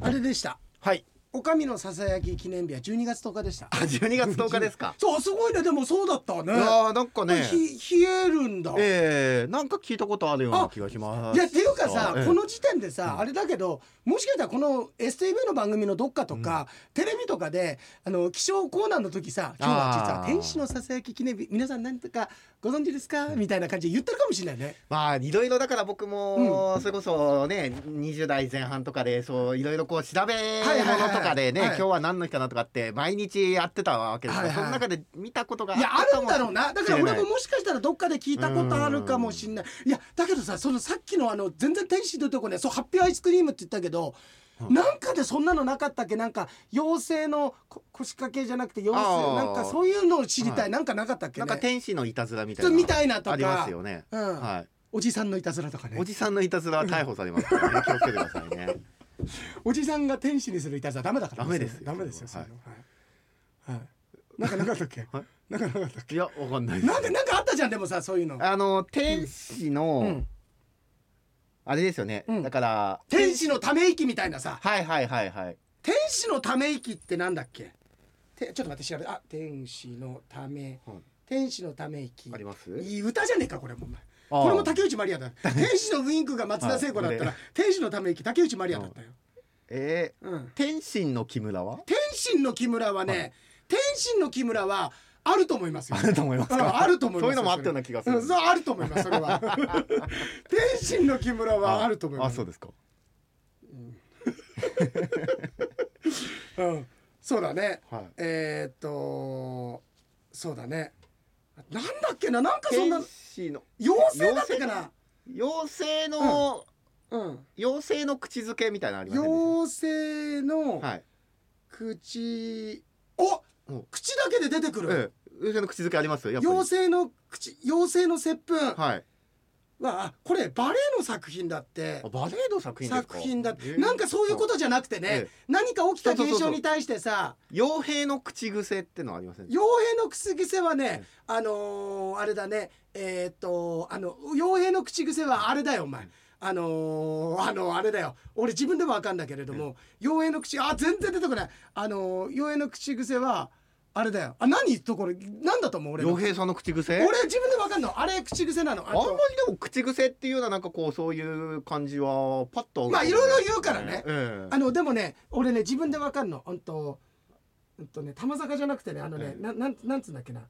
あれでしたはいおかみのささやき記念日は12月10日でしたあ12月10日ですかそうすごいねでもそうだったねいやーなんかねひ冷えるんだ、ええなんか聞いたことあるような気がしますいやっていうかさ、ええこの時点でさ、あれだけどもしかしたらこの STV の番組のどっかとか、テレビとかであの気象コーナーの時さ「今日は実はあー天使のささやき記念日皆さん何とかご存知ですか?」みたいな感じで言ってるかもしれないね。まあいろいろだから僕もそれこそね20代前半とかでそういろいろこう調べはいはい物とかでねはい今日は何の日かなとかって毎日やってたわけですからはいそはいの中で見たことがあ っいやあたるかんもだろうなだからしれ俺ないももしかしたらどっかで聞いたことあるかもしんないいやだけどさそのさっきのあの全然天使のとこねそうハッピーアイスクリームって言ったけど、なんかでそんなのなかったっけなんか妖精のこ腰掛けじゃなくて妖あ精ーなんかそういうのを知りたい、なんかなかったっけ、なね、んか天使のいたずらみたいそなうみたいなとかありますよねうんはいおじさんのいたずらとかねおじさんのいたずらは逮捕されますからね気をつけてください ねおじさんが天使にするいたずらダメだからダメですよダメですよそはういいうのはい、はい、なんかなかったっけ、はいなんかなかったっいやわかんないけなんでなんかあったじゃんでもさそういうのあの天使の、うんあれですよね、うんだから天使のため息みたいなさはいはいはいはい天使のため息ってなんだっけてちょっと待って調べてあ天使のため、はい天使のため息ありますいい歌じゃねえかこれもお前あーこれも竹内まりやだ 天使のウインクが松田聖子だったら、はい天使のため息竹内まりやだったよ、えーうん、天心の木村は 天心の木村はね、天心の木村はあると思いますよあると思いますかうんあると思いますよそういうのもあったような気がするんそうあると思いますそれ は天心の木村はあると思いますあそうですかうん、そうだね、はいえーっとそうだねなんだっけななんかそんな天使の妖精だったかな妖精の、うん妖精の口づけみたいなのありませ妖精んでしのたはい、口、おうん口だけで出てくえる、え妖精の口づけありますよやっぱり妖精の口妖精の接吻ははいあこれバレエの作品だってあバレエの作品ですか作品だええなんかそういうことじゃなくてね、ええ何か起きた現象に対してさ傭兵の口癖ってのはありませんでし傭兵の口癖はね、あのーあれだねえーっとあの傭兵の口癖はあれだよお前、あのーあのあれだよ俺自分でも分かんだけれども、傭兵の口あ全然出てこないあのー傭兵の口癖はあれだよあ何とこれ何だと思うた俺の傭兵さんの口癖俺自分で分かんのあれ口癖なのああんまとりでも口癖っていうようななんかこうそういう感じはパッとまあいろいろ言うからねええあのでもね俺ね自分でわかんのうんとうんとね玉坂じゃなくてねあのね、ええななんなんつうんだっけな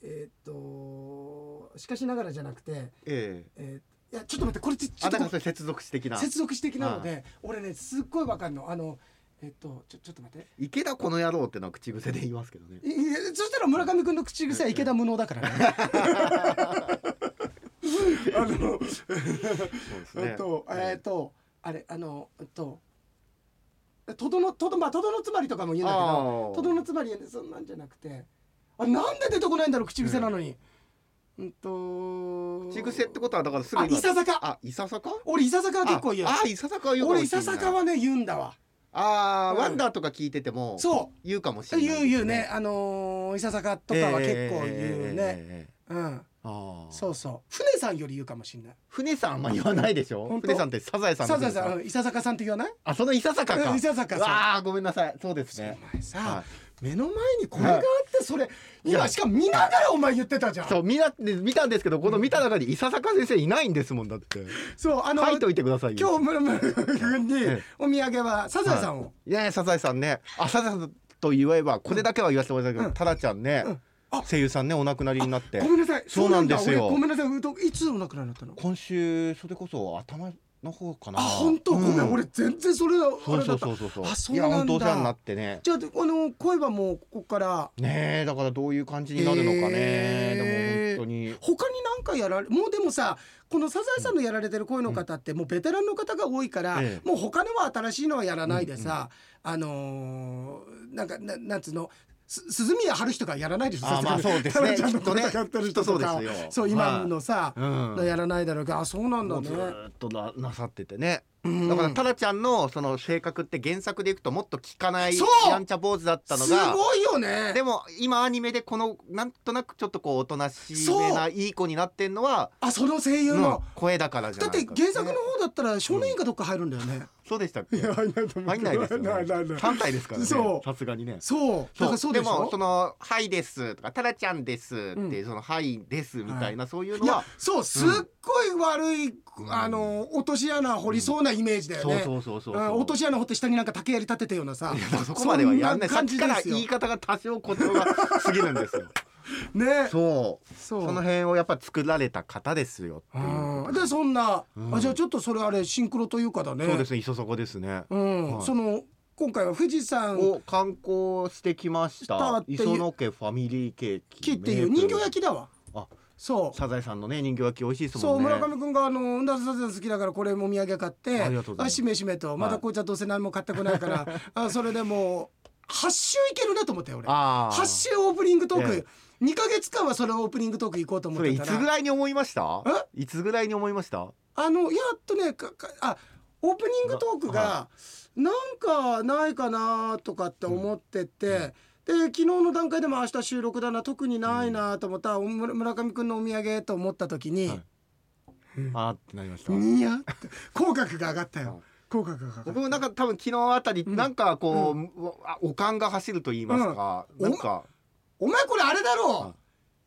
えーっとしかしながらじゃなくてえええーいやちょっと待ってこれちちょあっとだからそれ接続詞的な接続詞的なので、俺ねすっごいわかんのあのえーっとちょちょっと待って池田この野郎ってのは口癖で言いますけどねいいやそしたら村上君の口癖は池田無能だからね あのそうですえっと、えっと、あれ、あの、えっと。とどの、とど、まあ、とどのつまりとかも言うんだけあど、ーとどのつまり、そんなんじゃなくて。あ、なんで出てこないんだろう、口癖なのに。うんと。口癖ってことはだからすぐあ、いささか。あいささか俺、いささかは結構言う。ああいささかは言うか俺、もいしれさないさかはね、言うんだわ。あーうんワンダーとか聞いててもそう言うかもしれない言う、言うね、あのー、いささかとかは結構言うね。ねうん。ああそううそう。船さんより言うかもしれない。船さんあんま言わないでしょ本当船さんってサザエさんさの船ざさんさん、いささかさんって言わない。あそのいささかうかんいささかそうわあごめんなさいそうですねお前さ、は目の前にこれがあってそれは今いしかも見ながらお前言ってたじゃんそう見な見たんですけどこの見た中に伊佐坂先生いないんですもんだってそうあの書いといてください今よ日ムルムル君にええお土産はサザエさんを、いやいやサザエさんねあサザエさんと言えばこれだけは言わせてもらいたいけど、タラちゃんね、うんあ声優さんねお亡くなりになってごめんなさいそうなんですよそうなんだ俺ごめんなさいうどいつお亡くなりになったの今週それこそ頭の方かなあ本当、うんごめん俺全然それはあそれうだそっうたそうそうそうあそういなんやだ本当お世話になってねじゃああの声はもうここからねえだからどういう感じになるのかね、へえでも本当に他に何かやられもうでもさこの「サザエさん」のやられてる声の方ってもうベテランの方が多いから、ええもう他のは新しいのはやらないでさ、あのーなんかななんつうのす鈴宮春日とかやらないでしょあーまあそうです タラねちゃんのこときっとねやってる人とかきっとそうですよそう今のさ、はいうんやらないだろうけどあそうなんだもうねずーっとななさっててねうんだからタラちゃんのその性格って原作でいくともっと聞かないそうやんちゃ坊主だったのすがごいよね でも今アニメでこのなんとなくちょっとこうおとなしめないい子になってんのは、あその声優うんの、声だからじゃだっないてか原作のね方だったら少年院かどっか入るんだよね、そうでしたっけ入ん ないと思入んないですよ、ね、3体ですからねそうさすがにねそうだからそうでしもょその「はいです」とか「タラちゃんです」って、その「はいです」みたいな、そういういのやはそうすっごい悪い、あの落とし穴掘りそうなイメージだよそうね、そうそうそう、うん落とし穴掘って下になんか竹槍立てたようなさいやそこまではやんないそさっ感きじからですよ言い方が多少誇張が過ぎる んですよねそうそうその辺をやっぱ作られた方ですよっていううんでそんな、あじゃあちょっとそれあれシンクロというかだねそうですね磯そこですね、うんはいその今回は富士山を観光してきまししたたっていう磯野家ファミリーケーキ木っていう人形焼きだわあそうサザエさんのね人形焼き美味しいですそもうんね村上君があのうんださん好きだからこれもお土産買ってありがとうございますしめしめとまだ紅茶どうせ何も買ってこないから、 あそれでもう8週いけるなと思ったよ俺ああ8週オープニングトーええク、二2か月間はそれオープニングトーク行こうと思そっれていたつらぐらいに思いましたいつぐらいに思いましたあのやっとねかかあオープニングトークながなんかないかなとかって思ってて、で昨日の段階でも明日収録だな特にないなと思った、お村村上君のお土産と思った時に、はいあーってなりましたにやって口角が上がったよ、はい口角が上がった僕もなんか多分昨日あたりうんなんかこう、あおかんが走ると言いますか、うんなんかお前これあれだろ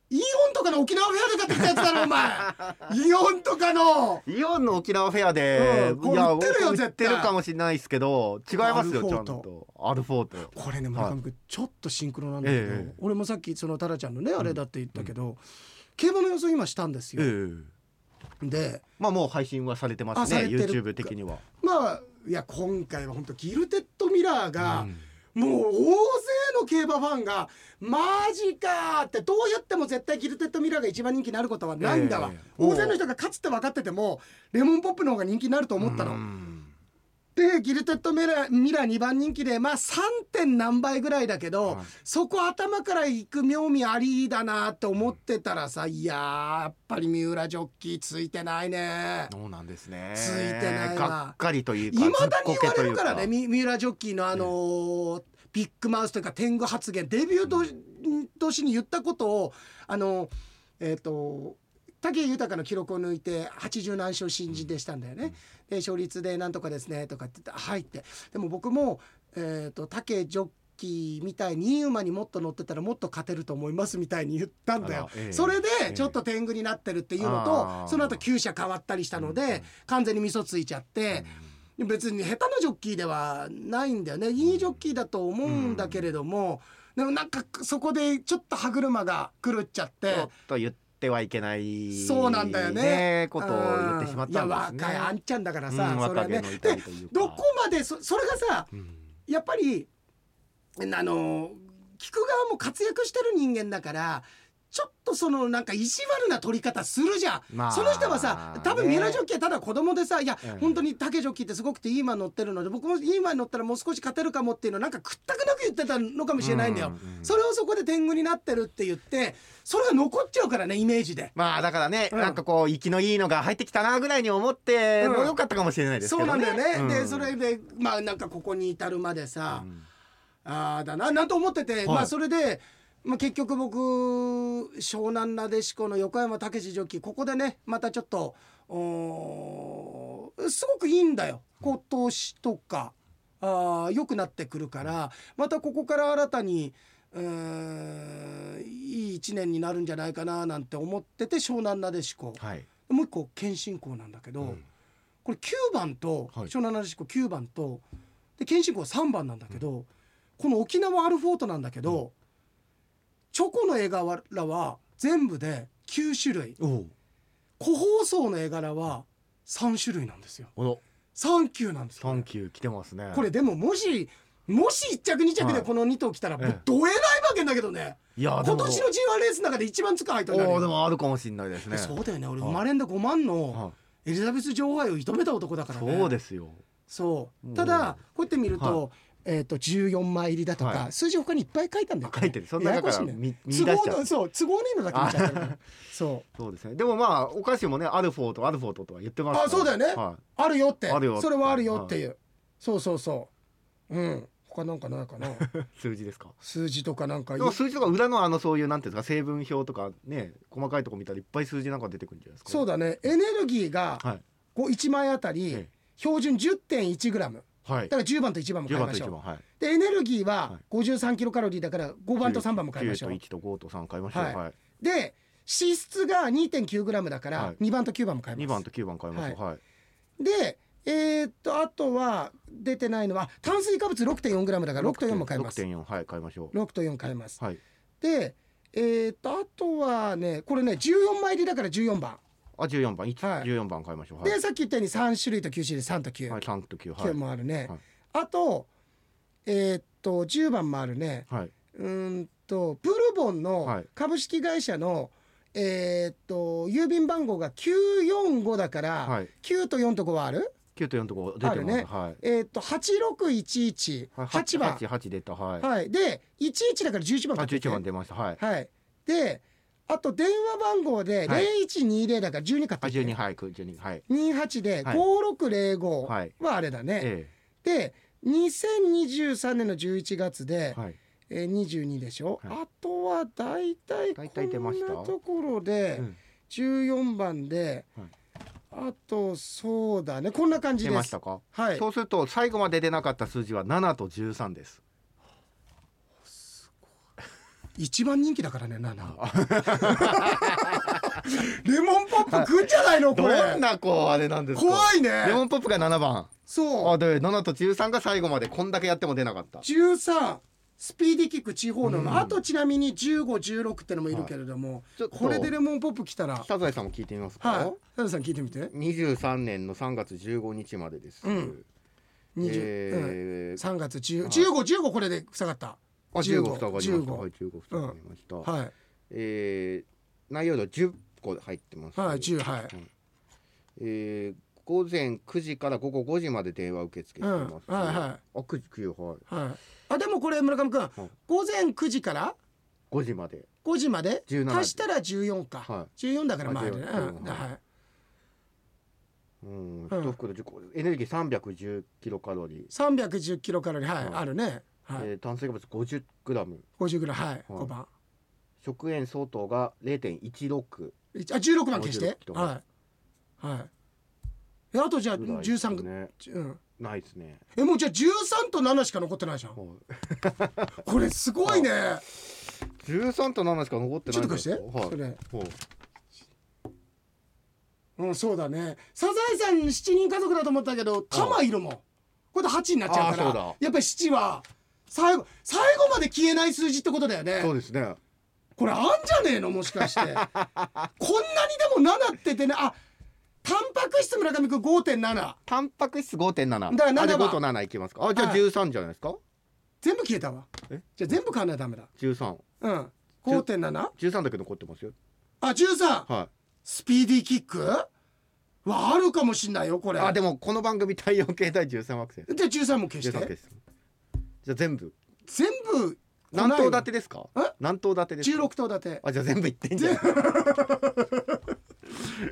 イオンとかの沖縄フェアで買ってきたやつだろお前イオンとかのイオンの沖縄フェアで、うんこれいや売ってるよ絶僕対売ってるかもしれないですけど違いますよアルフォちゃーんトとアルフォートこれね村上君ちょっとシンクロなんだけど、ええ俺もさっきそのタラちゃんのねあれだって言ったけど、競馬の予想今したんですよ、ええでまあもう配信はされてまあすさねれてる YouTube 的には、まあいや今回は本当ギルテッドミラーが、うんもう大勢の競馬ファンが「マジか!」ってどうやっても絶対ギルテッドミラーが一番人気になることはないんだわ、ええ大勢の人が勝つって分かっててもレモンポップの方が人気になると思ったの。うんでギルテッドミラーミラー2番人気でまあ 3. 点何倍ぐらいだけど、はいそこ頭から行く妙味ありだなって思ってたらさいやーやっぱり三浦ジョッキーついてないね。そうなんですねついてないわがっかりといういかまだに言われるからずねっこけといみう三浦ジョッキーのあのービッグマウスというか天狗発言デビューと年に言ったことをあのーえっ、と武井豊の記録を抜いて80何勝新人でしたんだよね。で勝率でなんとかですねとかって言って「はい」ってでも僕も、えー、と武井ジョッキーみたいにいい馬にもっと乗ってたらもっと勝てると思いますみたいに言ったんだよあら。ええそれでちょっと天狗になってるっていうのと、あーその後厩舎変わったりしたので、完全に味噌ついちゃって。別に下手なジョッキーではないんだよねいいジョッキーだと思うんだけれども、でもなんかそこでちょっと歯車が狂っちゃってちょっと言ってはいけないそうなんだよねことを言ってしまったんですねいや若いあんちゃんだからさ、うんそれはね若気の至でりというかどこまでそそれがさうんやっぱりあの聞く側も活躍してる人間だからちょっとそのなんか意地悪な取り方するじゃん、まあその人はさ多分ねミラジョッキーはただ子供でさいや、うん本当に竹ジョッキーってすごくていい馬乗ってるので僕もいい馬に乗ったらもう少し勝てるかもっていうのをなんか屈託なく言ってたのかもしれないんだよ、うんうんそれをそこで天狗になってるって言ってそれが残っちゃうからねイメージで。まあだからね、うんなんかこう息のいいのが入ってきたなぐらいに思って、うんもう良かったかもしれないですそけうどなんねだよね、うんでそれでまあなんかここに至るまでさ、んああだななんと思ってて、まはあいそれで、まあ、結局僕湘南なでしこの横山武史ジョッキーここでねまたちょっとおーすごくいいんだよ今年とかああ良くなってくるからまたここから新たにうーんいい一年になるんじゃないかななんて思ってて湘南なでしこ、はい、もう一個謙信公なんだけど、うんこれ9番と、はい湘南なでしこ9番とで謙信公は3番なんだけど、この沖縄アルフォートなんだけど、チョコの絵柄は全部で9種類お個包装の絵柄は3種類なんですよおの3級なんですよ、サンキュー来てますねこれでももしもし1着2着ではいこの2頭来たらもえうえどえらい馬券だけどね、いやで今も年の G1 レースの中で一番つか入ったになるおよーでもあるかもしれないですねそうだよね俺はい生まれんだ5万はのエリザベス女王杯を射止めた男だからねそうですよそううんただこうやって見ると、えー、と14枚入りだとか、は数字他にいっぱい書いたんだよ、ね、書いてるその中か やらやこしいんだよ見見出し都ちゃう合のそう都合のいいのだけ見ちゃってるからそうそうですねでもまあお菓子もねアルフォートアルフォートとは言ってますからあそうだよねはあるよってあるよそれはあるよっていう、そうそうそううん他なんかないか ない、数字ですか数字とかなんかいでも数字とか裏のあのそういうなんていうんですか成分表とかね細かいとこ見たらいっぱい数字なんか出てくるんじゃないですかそうだねエネルギーがはいこう1枚あたり、え標準 10.1g だかはいら10番と1番も買10い番まとしょ1う番はいでエネルギーはは53キロカロリーだから5番と3番も買いましょう9と1と5と3買いましょうはいはいで脂質が 2.9g だかはらい2番と9番も買います、 2番と9番買いましょうはいでえーっとあとは出てないのは炭水化物 6.4g だから6と4も買います6.4はい買いましょ6と4買いますうはいでえーっとあとはねこれね14枚入りだから14番、あ14番はい1 14番買いましょうはいでさっき言ったように3種類と9種類3と9、はい3と9は9いもあるね、はいあとえーっと10番もあるねはいうーんとブルボンはのい株式会社の、えーっと郵便番号が945だから、はい9と4と5はある9と4と5出あてるまねすはいえーっと86118はい番8 8出たはいはいで11だから11番あ買って11番出ましたはいはいであと電話番号ではい0120だから12買っあてきて12はい12はい28ではい5605はいはあれだね、えで2023年の11月でえ、はいえー、22でしょ、はいあとは大体大体出こまんしたなところでうん14番で、はいあとそうだねこんな感じ出でましすたかはいそうすると最後まで出なかった数字は7と13です。一番人気だからね7 レモンポップ食っちゃないのこれ どんなこうあれなんですか。怖いレモねンポップが7番。そあうで7と13が最後までこんだけやっても出なかった。 13スピーディーキック地方の、うんあとちなみに1516ってのもいるけれども、ちょっとこれでレモンポップ来たらサザエさんも聞いてみますはかい。サダさん聞いてみて23年の3月15日までです。うん20、うんえー3月はい1015これで塞がったあ15二がありました。 15ははい15二がありました。いえー内容量10個入ってます。はい10はいえー午前9時から午後5時まで電話受付してうんはいます。はあ9時9時はいいはいあでもこれ村上君、い午前9時から5時まで。 5時まで17足したら14か、は14だからまあああれね、う14んはいううん、ん一袋10個エネルギー310キロカロリー、 310キロカロリーはい、はいあるね、はいえー炭水化物50グラム50ぐらいはい、五5番食塩相当が0.16一あ16番消して56とかはいはいえあとじゃあぐらいです13、ねうん、ないですね、えもうじゃあ13と7しか残ってないじゃんはい、これすごいね13と7しか残ってちょなっといん貸しですて、よはいそれはいうんそうだねサザエさん7人家族だと思ったけどタマいるもんこれで8になっちゃうかあらーそうだやっぱり7は最後最後まで消えない数字ってことだよねそうですねこれあんじゃねえのもしかしてこんなにでも7っててねあタンパク質村上君5.7タンパク質5.7だから7あじゃあ番5と7いきますかあじゃあはい13じゃないですか全部消えたわえじゃあ全部買わないとダメだ13うん5.7 13だけ残ってますよあ13はスピーディーキックはあるかもしんないよこいれあでもこの番組太陽系対13惑星で13も消し13てですじゃあ全部全部何頭立ててですかえ何頭立てですか16頭立てあじゃあ全部いってんじゃん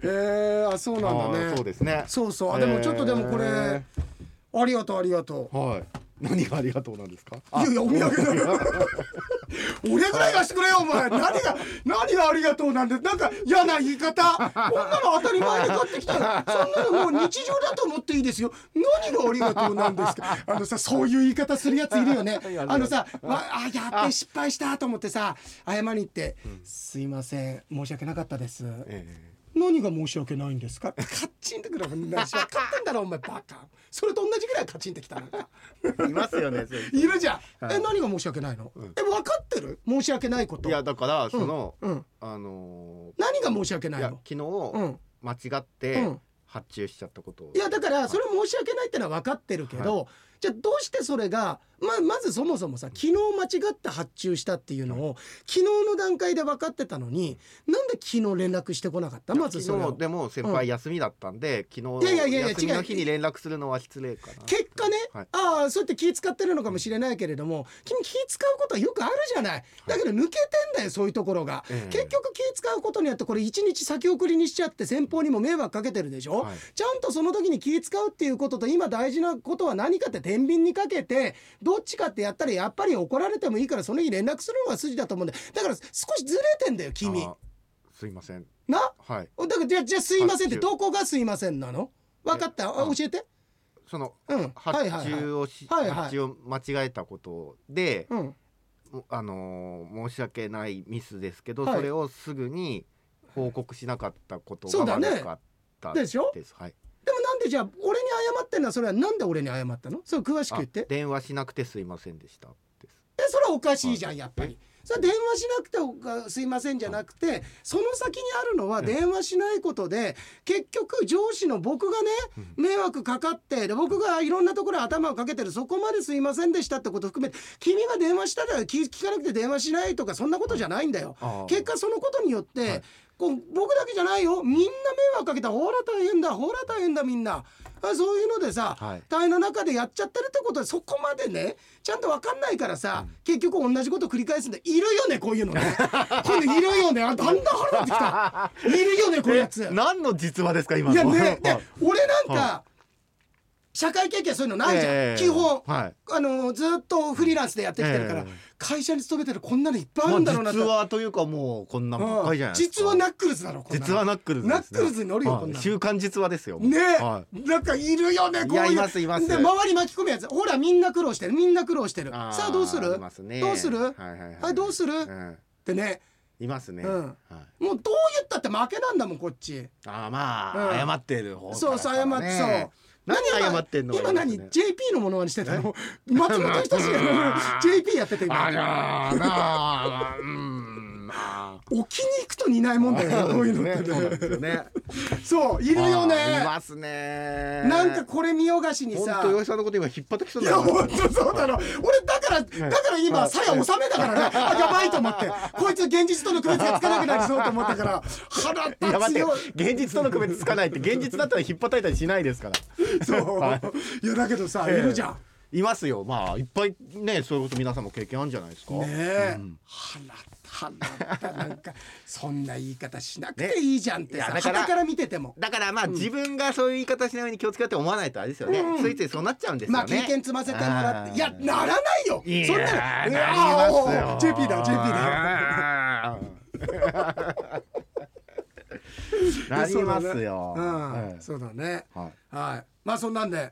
えー、あそうなんだあーねそうですねそうそうあでもちょっとでもこれ、えありがとうありがとーはい何がありがとうなんですかういやいやお土産だ俺ぐらいがしてくれよお前何が何がありがとうなんでなんか嫌な言い方こんなの当たり前に買ってきたよそんなのもう日常だと思っていいですよ何がありがとうなんですかあのさそういう言い方するやついるよねあのさ、まあやって失敗したと思ってさ謝りに行って、すいません申し訳なかったです、え 何が申し訳ないんですかカッチンってくる分かってんだろお前バカそれと同じぐらいカチンってきたなんかーいますよねそういう人いるじゃん、え何が申し訳ないの、え分かってる申し訳ないこといやだからその、うんあの何が申し訳なーいいやの昨日、うん間違っうてん発注しちゃったことをいやだからそれ申し訳ないってのは分かってるけど、じゃあどうしてそれがままずそもそもさ昨日間違って発注したっていうのを昨日の段階で分かってたのになんで昨日連絡してこなかったまずそれ昨日をでも先輩休みだったんで、昨いやいやいやいや日休み違うの日に連絡するのは失礼かな結果ね、はいああそうやって気使ってるのかもしれないけれども君気使うことはよくあるじゃないだけど抜けてんだよそういうところが、ええ結局気使うことによってこれ一日先送りにしちゃって先方にも迷惑かけてるでしょ、はいちゃんとその時に気使うっていうことと今大事なことは何かって天秤にかけてどっちかってやったらやっぱり怒られてもいいからその日連絡するのが筋だと思うんだよだから少しずれてんだよ君あすいませんなはいだからじゃあじゃあすいませんって発注どこがすいませんなの分かったあうん教えてそのうんはいはい発はい注をし、はいはい発注を間違えたことで、うんもあのー申し訳ないミスですけど、はいそれをすぐに報告しなかったことそうがだね悪かったでしょです、はいでもなんでじゃあ俺に謝ってんのはそれはなんで俺に謝ったのそれ詳しく言ってあ電話しなくてすいませんでしたですえそれはおかしいじゃんやっぱり。それは電話しなくておかすいませんじゃなくてその先にあるのは電話しないことで結局上司の僕がね迷惑かかってで僕がいろんなところ頭をかけてるそこまですいませんでしたってことを含めて君が電話したら聞聞かなくて電話しないとかそんなことじゃないんだよ。あー結果そのことによって、はいこう僕だけじゃないよみんな迷惑かけたほら大変だほら大変だみんなあそういうのでさ、はい大変な中でやっちゃってるってことでそこまでねちゃんと分かんないからさ、結局同じこと繰り返すんでいるよねこういうのね こういうのいるよねあだんだん腹立ってきたいるよねこういうやつ。何の実話ですか今いのやねはで い俺なんか、は社会経験そういうのないじゃん、ええ基本、はいあのずっとフリーランスでやってきてるから、ええ会社に勤めてるこんなのいっぱいあまるあんだろうなって実話というかもうこんなばっかりじゃないですか実はナックルズだろこんなの実はナックルズです、ナックルズに乗るよはいこんなの週刊実話ですよもうねえ、はいなんかいるよねこういういやいますいますで周り巻き込むやつほらみんな苦労してるみんな苦労してるあーさあどうするありますねどうするはいはいはいはいどうするうんってねいますね、うんはいもうどう言ったって負けなんだもんこっちあーまあ、うん謝ってる方からしたそうらそう謝ってねそう何今謝ってんの今何 JP のものまねしてたの松本人 志が JP やっててあ今らーなあうん あ置きに行くと似ないもんだよねこういうのってそうなんですよねねそういるよねあーいますねなんかこれ見よがしに本さ当岩井さんのこと今引っ張ってきそういだや な本当そうだろ俺だからだから今はいさや納めだからねあやばいと思ってこいつ現実との区別がつかなくなりそうと思ったからい や腹立待つってよ現実との区別つかないって現実だったら引っ張ったりしないですからそう、い、やだけどさ、いるじゃんねいますよまあいっぱいねそういうこと皆さんも経験あるんじゃないですかえ、腹立腹立ったなんかそんな言い方しなくていいじゃんってさ、ねいやだ傍からから見ててもだからまあ自分がそういう言い方しないように気をつけようって思わないとあれですよね、ついついそうなっちゃうんですよまねあ経験積ませてもらっていやあーならないよいやそんなーのなりあーおますよーおー JP だ JP だだなりますよそうだねうんそはいうだねはいはいまあそんなんで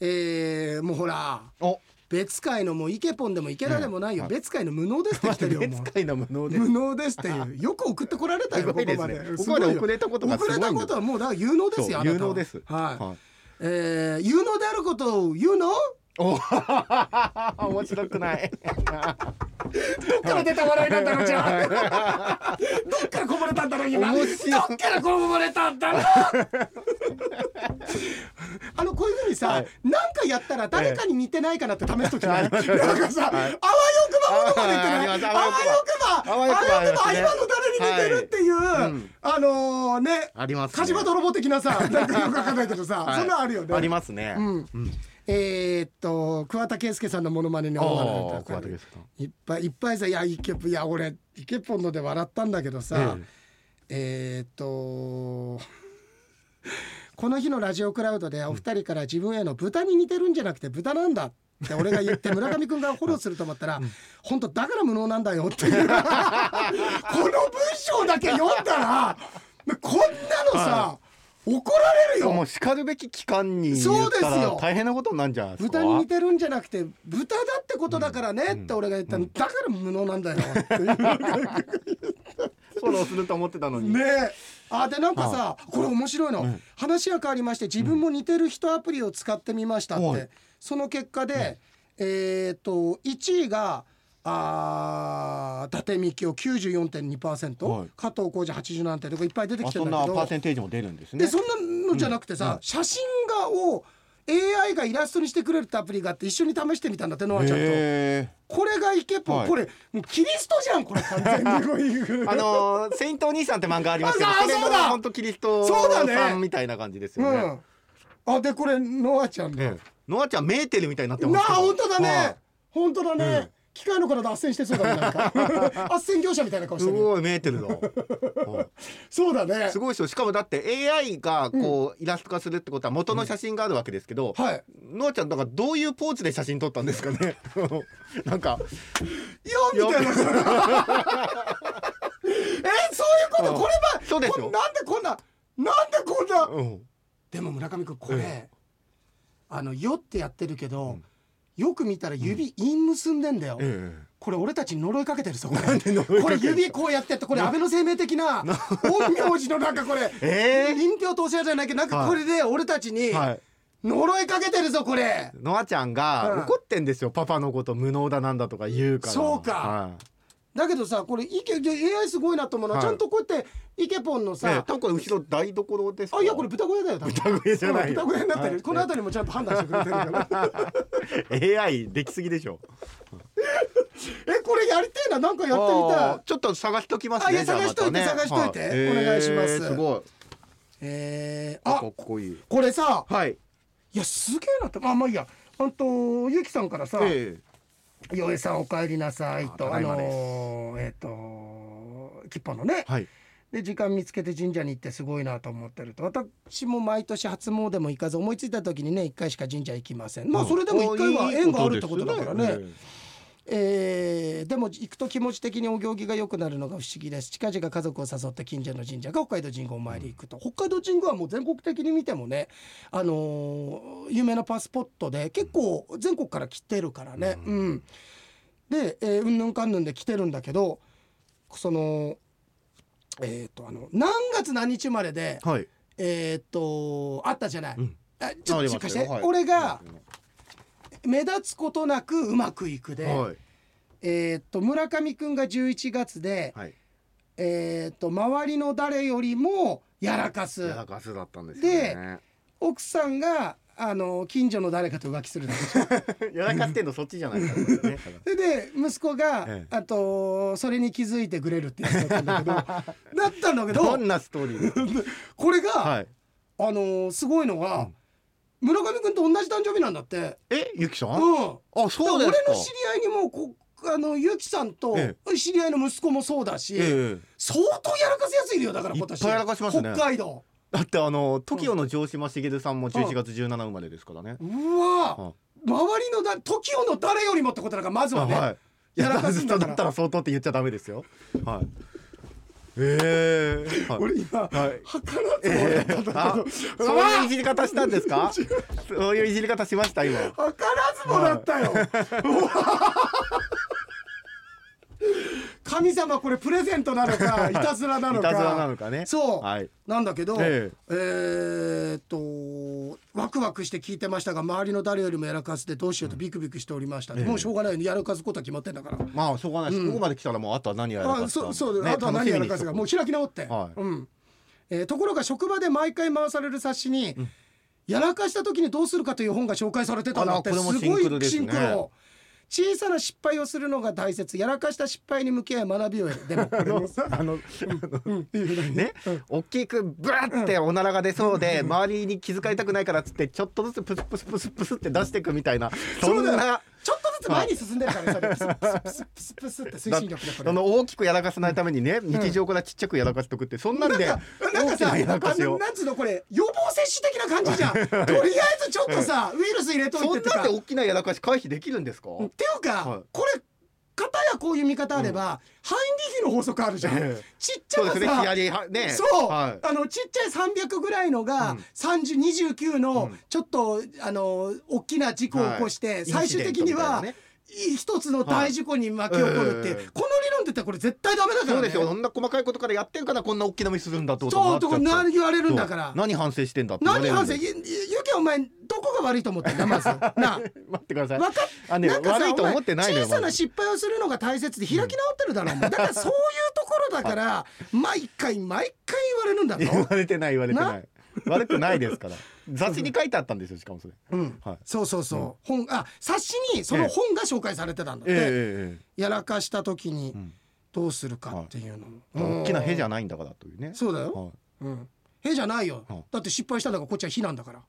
えー、もうほらお別会のもうイケポンでもイケラでもないよ、うん別会の無能ですって来て るよも別会の無能うで無能ですっていうよく送ってこられたよ すこごこいですまねでここまで遅たれたことがす遅れごいんだたことはもうだから有能ですよそうあなたは有能ですはい、はいえー有能であることを言うのお面白くないどっから出た笑いなんだろうじゃあどっからこぼれたんだろう今ど面白いっからこぼれたんだろうあのこういうふうにはさい何、かやったら誰かに似てないかなって試すときない、ええなんかさ、はいあわよくばものまで言ってないはいありますあわよくばああわわよよくくばばありますね今の誰に似てるっていう、はいうんあのーねありますね火事場泥棒的なさなんかよくわかんないけどさ、はいそんなのあるよねありますね、うんえーっと桑田佳祐さんのモノマネに思われたおー桑田佳祐さいっぱいいっぱいさいやイケいや俺イケポンので笑ったんだけどさ、えーっと この日のラジオクラウドでお二人から自分への豚に似てるんじゃなくて豚なんだって俺が言って村上君がフォローすると思ったら本当だから無能なんだよっていう この文章だけ読んだ らこんなのさ怒られるよもう叱るべき期間にそ言うっですよたら大変なことになるんじゃないですか豚に似てるんじゃなくて豚だってことだからねって俺が言ったのだから無能なん だよっていうフォローすると思ってたのに、ねえあでなんかさこれ面白いの、話は変わりまして自分も似てる人アプリを使ってみましたって、はいその結果で、えーっと1位があー伊達みきお94.2%、はい加藤浩二87点とかいっぱい出てきあてるそんんだなけパーどセンテージも出るんですねでそんなのじゃなくてさ、写真画を AI がイラストにしてくれるってアプリがあって一緒に試してみたんだってノアちゃんとへこれがイケポン、はいこれもうキリストじゃんこれ完全にこうい うあのー「セイントお兄さん」って漫画ありますけど漫画あそれそうもだ本当キリストそうだねさんみたいな感じですよね。うん、あでこれノアちゃんだ、ねノアちゃんメーテルみたいになってなまあすけど本当だね、はい本当だね、うん機械の体脱線してそうだねなん か斡旋業者みたいな顔しすてるごいメーテルだ、はいそうだねすごいですよしかもだって AI がこうイラスト化するってことは元の写真があるわけですけど、はいノアちゃんだからどういうポーズで写真撮ったんですかね なんよかみたいな えそういうことこれはそうですよこなんでこんななんでこんなうんでも村上君これ、えあの「よ」ってやってるけど、よく見たら指陰結んでんだよ、えこれ俺たちに呪いかけて るぞこれなんで呪いかけてるこれ指こうやってやってこれ安倍の生命的な陰陽師のなんかこれ ええ陰陽投資屋じゃないけどなんかはいこれで俺たちにはい呪いかけてるぞこれノアちゃんうんが怒ってんですよ、パパのこと無能だなんだとか言うからそうかはだけどさこれイケ AI すごいなと思うのは、はちいゃんとこうやってイケポンのい、ねさ、多分後ろ台所ですかあいやこれ豚小屋だよ多分豚小屋じゃないよ豚小屋になってる、はいこの辺りもちゃんと判断してくれてるから AI できすぎでしょえこれやりてえななんかやってみたあいーちょっと探しときますあいねやじゃあ探しといてまたね探しといてはお願いしますえーすごいえー、ああかっこいいこれさはいいやすげえなってまあまあいいやあんとゆきさんからさ「えよえさんお帰りなさい」あとたあだいまですのーえっ、と吉報のねえはいで時間見つけて神社に行ってすごいなと思ってると私も毎年初詣も行かず思いついた時にね1回しか神社行きませんまあそれでも1回は縁があるってことだからね。えーでも行くと気持ち的にお行儀が良くなるのが不思議です近々家族を誘って近所の神社が北海道神宮をお参り行くと、北海道神宮はもう全国的に見てもね、あのー有名なパスポットで結構全国から来てるからね、うんで、えーうんぬんかんぬんで来てるんだけどそのえっ、とあの何月何日生まれではいえっ、とあったじゃない、うんあちょっあとりちょっとま貸しすて、よはい俺が目立つことなくうまくいくで。はいえーっと村上くんが11月で、はいえーっと周りの誰よりもやらかすやらかすだったんですよね奥さんがあの近所の誰かと浮気するだけ やらかしてんのそっちじゃないですかこれねそ れで息子が、ええあとそれに気づいてくれるってやつだったんだけ どだった んだけどどんなストーリーですかこれが、はい あのーすごいのが、村上くんと同じ誕生日なんだって。えゆきさんうあんそうだでから俺のす知かり合いにもこあのゆきさんとえ知り合いの息子もそうだし、ええ相当やらかすやついるよだから今年いっぱいやらかしますね北海道だってあの TOKIO の城島茂さんも11月17生まれですからねうわーうん周りのだ TOKIO の誰よりもってことだからまずはね、あはいいややららかかすすんだだからったら相当って言っちゃダメですよはいええはい俺今、ははい かなって思えったえんだけど、あ そういういじり方したんですか そういういじり方しました今はからずもだったよ、うわ神様これプレゼントなの かいたずらなのかいたずらなのかねそう、はいなんだけど、ええーっとワクワクして聞いてましたが周りの誰よりもやらかすでどうしようとビクビクしておりました、ええもうしょうがないよねやらかすことは決まってんだから。まあしょうがないです、うんここまで来たらもうあとは何やらかあすかそうそう、ねあとは何やらかすかもう楽し開き直って、はいうんえーところが職場で毎回回される冊子に、やらかした時にどうするかという本が紹介されてたんだってあらこれもすごシンクロいですシねンクロ小さな失敗をするのが大切やらかした失敗に向き合い学びを得るでもこれもさ あのね、大きくブワーっておならが出そうで、周りに気遣いたくないからっつってちょっとずつプスプスプスプスって出していくみたいなそそうんだよなちょっとずつ前に進んでるからさプスプスプスプスプスって推進力だこあれ。の大きくやらかさないためにね、日常からちっちゃくやらかしとくってそんなんでなんかなんか大きさなやらかあしのをなんつうのこれ予防接種的な感じじゃんとりあえずちょっとさウイルス入れといてそんとなんかで大きなやらかし回避できるんですか、っていうか、はいこれ方やこういう見方あれば、ハインディヒの法則あるじゃん、ええちっちゃそうなさですね左はねそうはいあのちっちゃい300ぐらいのが、うん30 29のちょっと、あの大きな事故を起こして、はい最終的にはインシデントみたいなねい一つの大事故に巻き起こるっていう、はいええこの理論って言ったらこれ絶対ダメだから、ね、そうですよそんな細かいことからやってるからこんな大きなミスするんだってことにそうとこなっちゃって何言われるんだからそう何反省してんだって言われ何るん反で省ゆゆゆきお前どこが悪いと思ってんだまずなあ待ってください わかっあねなんかさ悪いと思ってないのよお前小さなまず失敗をするのが大切で開き直ってるだろ、うだからそういうところだから毎回毎回言われるんだ言ろわれてない言われてない悪くないですから雑誌に書いてあったんですよしかもそれ、うんはいそうそうそう、本あ冊子にその本が紹介されてたんだって、えやらかした時にんどうするかっていうの、えええ大きな「へ」じゃゃないんだからというねそうだよ、はうん、へじゃないよ、うんだって失敗したんだからこっちは非なんだからい、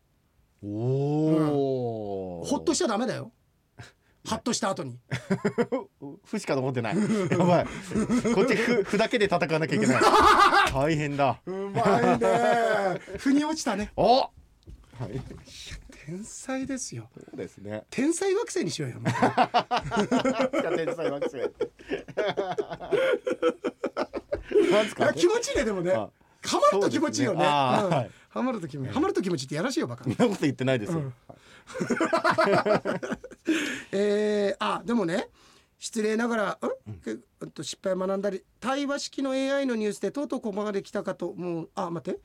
おお、ほっとしちゃダメだ よハッとした後にふしかと思ってない。やばい。こっちふ、ふだけで戦わなきゃい けない。大変だ。うまいね腑に落ちたねお。はい。天才ですよそうですね。天才惑星にしようよもう天才惑星。なんですかあ。気持ちいいねでもねあハマると気持ちいいよねうんそうですねあーはいハマると気持ちいいハマると気持ちいいってやらしいよ バカそんなこと言ってないですよ。えー、あでもね失礼ながら、うん、けうんと失敗を学んだり対話式の AI のニュースでとうとうここまで来たかと思うあ待って、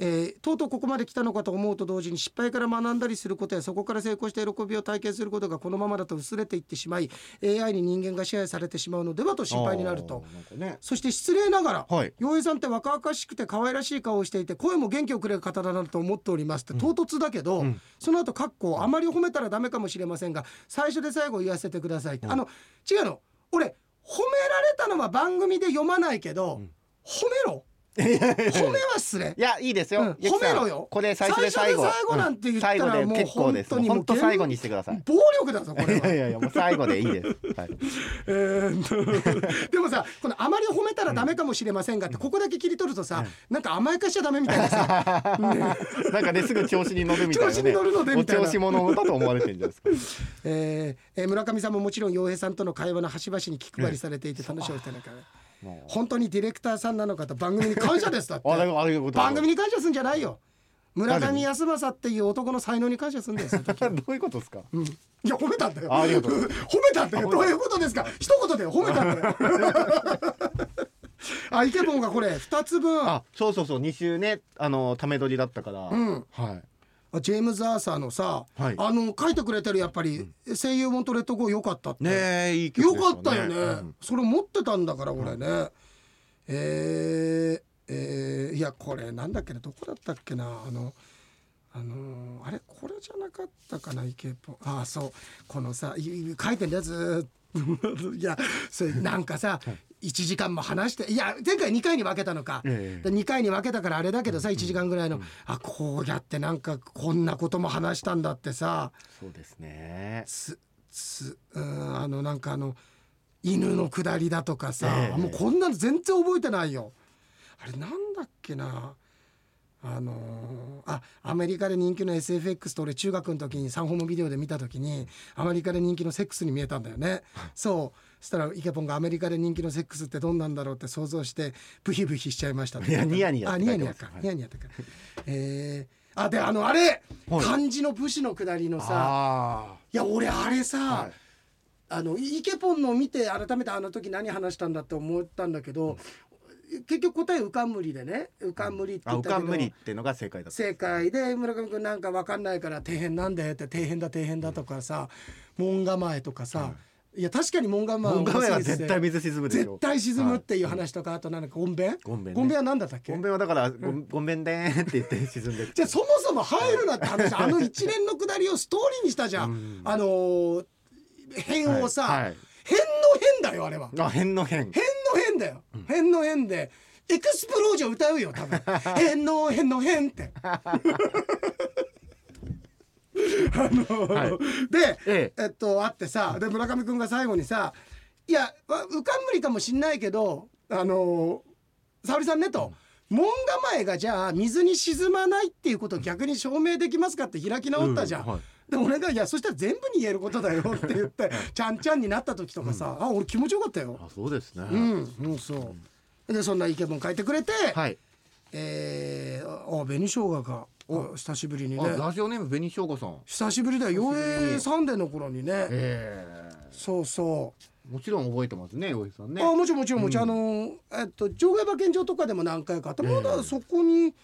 えーとうとうここまで来たのかと思うと同時に失敗から学んだりすることやそこから成功した喜びを体験することがこのままだと薄れていってしまい AI に人間が支配されてしまうのではと心配になるとあー。なんかね。そして失礼ながら、はい洋平さんって若々しくて可愛らしい顔をしていて声も元気をくれる方だなと思っておりますって唐突だけど、その後かっこあまり褒めたらダメかもしれませんが最初で最後言わせてくださいって、あの違うの俺褒められたのは番組で読まないけど、褒めろ褒めは失礼いや、いいですうよん。ゆきさん褒めろよこれ最初で最後。最初で最後なんて言ったらう最も後うで結構です。本当にもう本当最後にしてください。暴力だぞこいれはやいやいや、もう最後でいいです。はい。えーっとでもさこのあまり褒めたらダメかもしれませんがってここだけ切り取るとさ、なんか甘やかしちゃダメみたいなさ なんかね、すぐ調子に乗るみたいな、ね。調子に乗るのでみたいなお調子者だと思われてるんじゃないですか。えーえー村上さんももちろん洋平さんとの会話の端々に気配りされていて楽しみたいなからもう本当にディレクターさんなのかと番組に感謝ですだっあだかてらありがとうございま番す組に感謝するんじゃないよ村上康政っていう男の才能に感謝するんですよ どういうことですか。いや褒めたんだよあありがとうご ざい褒めたんだよどういうことですか一言で褒めたんだよ あイケボンがこれ2つ分あ、そうそうそう、二週ね、あの、ため撮りだったから。んはい。あジェームズ・アーサーのさ、はいあの書いてくれてるやっぱり、声優もんとレッドゴー良かったって、ねえ、いい曲良ですかよったよね、うんそれ持ってたんだから俺ね、えー、えー、いやこれなんだっけなどこだったっけなあのあのーあれこれじゃなかったかなイケポああそうこのさいい書いてるやつ いやそれなんかさ、1時間も話していや前回2回に分けたのか、ええで2回に分けたからあれだけどさ1時間ぐらいの、あこうやってなんかこんなことも話したんだってさそうですね。つつうーんあのなんかあの犬のくだりだとかさ、ええもうこんなの全然覚えてないよあれなんだっけなあのーあアメリカで人気の SFX と俺中学の時に3本もビデオで見た時にアメリカで人気のセックスに見えたんだよ ねそうそしたらイケポンがアメリカで人気のセックスってどんなんだろうって想像してブヒブヒしちゃいましたっていやニヤニヤあってニ書ヤいニてまヤすか、はいニヤニヤってかえー、あであのあれ、はい漢字の武士のくだりのさあいや俺あれさ、はいあのイケポンのを見て改めてあの時何話したんだって思ったんだけど、結局答えうかんむりでねうかんむりってあ。あ、言っうたかけんどむりってのが正解だった。正解で村上君なんか分かんないから「底辺なんで?」って「底辺だ底辺だ」とかさ「門構え」とかさ、いや確かに門構え門構えは面白いですね絶対水沈むでしょ絶対沈むっていう話とか、あとなんかゴンベンゴンベンねは何だったっけごめんはだから、ごごめんねーって言って沈んでる。じゃあそもそも入るなって 話あの一連のくだりをストーリーにしたじゃん、あのー、変をさ、はいはい変の変だよあれはあ、変の変。変の変だよ、変の変でエクスプロージョン歌うよ多 分変の変の変ってあのーはいで、ええっとあってさで村上君が最後にさ「いやわうかんむりかもしんないけどあのー沙織さんね」と。門構えがじゃあ水に沈まないっていうことを逆に証明できますかって開き直ったじゃん、うんはいで俺が「いやそしたら全部に言えることだよ」って言って ちゃんちゃんになった時とかさ、あ俺気持ちよかったよあ、そうですね。うん、うん、そう。で、そんな意見も書いてくれて、はい。ええー、あ、紅生姜が、お、久しぶりにねあ、。ラジオネーム紅しょうこさん。久しぶりだよ、妖艶サンデーの頃にね。えそうそえ。もちろん覚えてますね、おじさんう。ね。あ、もちろん、もちろん、もちろん、あの、えっと、場外馬券場とかでも何回かあって、まだそこに。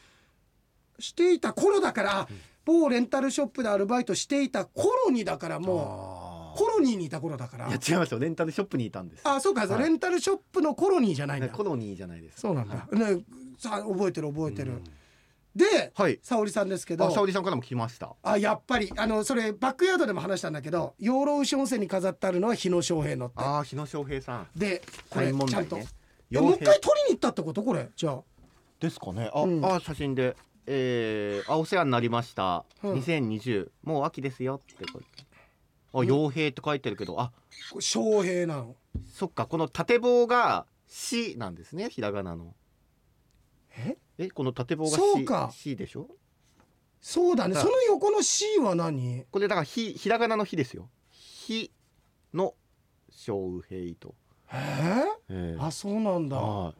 していた頃だから、某レンタルショップでアルバイトしていた頃にだから、もう。あコロニーにいた頃だからーいや、。違いますよ。レンタルショップにいたんです。あ、そうか、レンタルショップのコロニーじゃないんだ。コロニーじゃないです。そうなんだ、ね、さ覚えてる覚えてる、で、はい沙織さんですけあど沙織さんからも来ましたあやっぱりあのそれバックヤードでも話したんだけど養老牛温泉に飾ってあるのは日野翔平のってああ日野翔平さんでこれ大問ちゃ題んと、ねえもう一回取りに行ったってことこれじゃあですかねあ、うんあ写真でえー、あお世話になりました、うん2020もう秋ですよってこれあ傭兵って書いてるけどあこれ翔平なのそっかこの縦棒が「し」なんですねひらがなのええこの縦棒がそうかし「し」でしょそうだねだその横の C は何これだからひひらがなの「ひ」ですよ「ひ」の翔平と、えー、えあそうなんだはい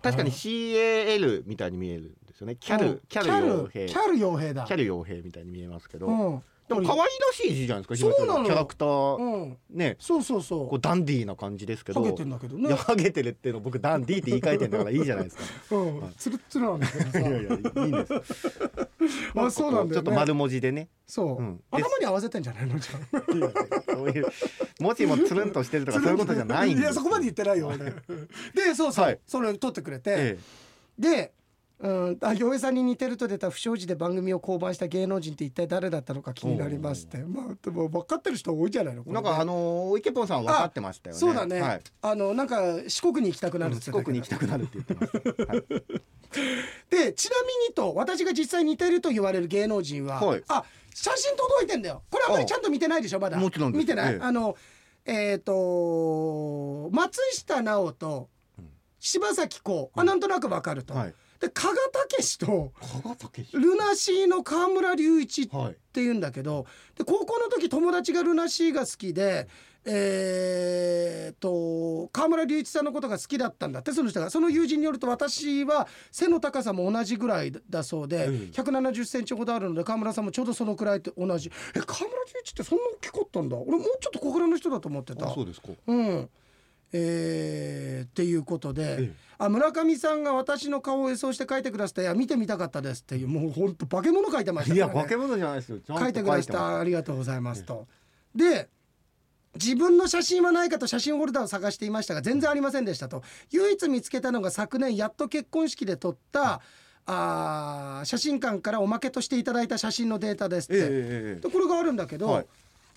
確かにはい CAL みたいに見えるんですよねキャうんルキャル傭兵キャル傭兵だキャル傭兵みたいに見えますけど、うんでも可愛らしい字じゃないですかそひろうちゃんなのキャラクター、うんねそうそうそこううダンディーな感じですけどハゲてんだけどいやねハゲてるっていうの僕ダンディーって言い換えてんだからいいじゃない ですかうんつるつるなんだ けどいさやいやいいんですあそうなんだよねちょっと丸文字でねそう、うん頭に合わせてんじゃないのじゃあそういう文字もつるんとしてると かそういうことじゃないんですやそこまで言ってないよ俺でそうそう、はいそれを取ってくれて、えでうん、あ洋平さんに似てると出た不祥事で番組を降板した芸能人って一体誰だったのか気になりますってまあでも分かってる人多いじゃないのこえれなねんかあのー、イケポンさんは分かってましたよねそうだね、はいあのなんか四国に行きたくなるって四言ってたけど国に行きたくなるって言ってました、 はいでちなみにと私が実際似てると言われる芸能人は、はいあ写真届いてんだよこれあんまりちゃんと見てないでしょまだもちろんです見てない、ええあのえっ、と松下奈緒とうん柴咲コウあなんとなくわかると、はい、で加賀武史と加賀武ルナシーの河村隆一っはっいて言うんだけどで高校の時友達がルナシーが好きで、えーっと河村隆一さんのことが好きだったんだってその人がその友人によると私は背の高さも同じぐらいだそうで、うん1 7 0センチほどあるので河村さんもちょうどそのくらいと同じえ河村隆一ってそんな大きかったんだ俺もうちょっと小柄の人だと思ってたあそうですかうんえーっていうことで、ええあ村上さんが私の顔を演奏して描いてくださったいや見てみたかったですっていうもうほんと化け物描いてましたいからやね化け物じゃないですよちゃんと書いてくださっますたありがとうございますと。で自分の写真はないかと写真ホルダーを探していましたが全然ありませんでしたと唯一見つけたのが昨年やっと結婚式で撮ったあー写真館からおまけとしていただいた写真のデータですって、えええええでこれがあるんだけど、はい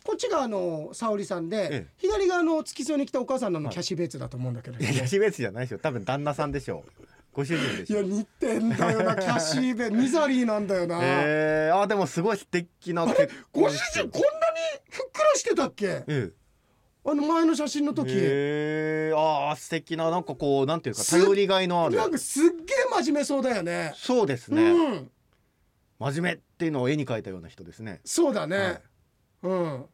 こっちがあの沙織さんで、ええ左があの付き添いに来たお母さんのあのはいキャッシュベーツだと思うんだけど、えいやいやシベツじゃないですよ多分旦那さんでしょうご主人でいしょやう似てんだよなキャッシー ベーツミザリーなんだよな、ええあでもすごい素敵な結ご婚主式人こんなにふっくらしてたっけええあの前の写真の時、ええああ素敵ななんかこうなんていうかす頼りがいのあるなんかすっげえ真面目そうだよね。そうですね、うん、真面目っていうのを絵に描いたような人ですねそうだね。はいうん、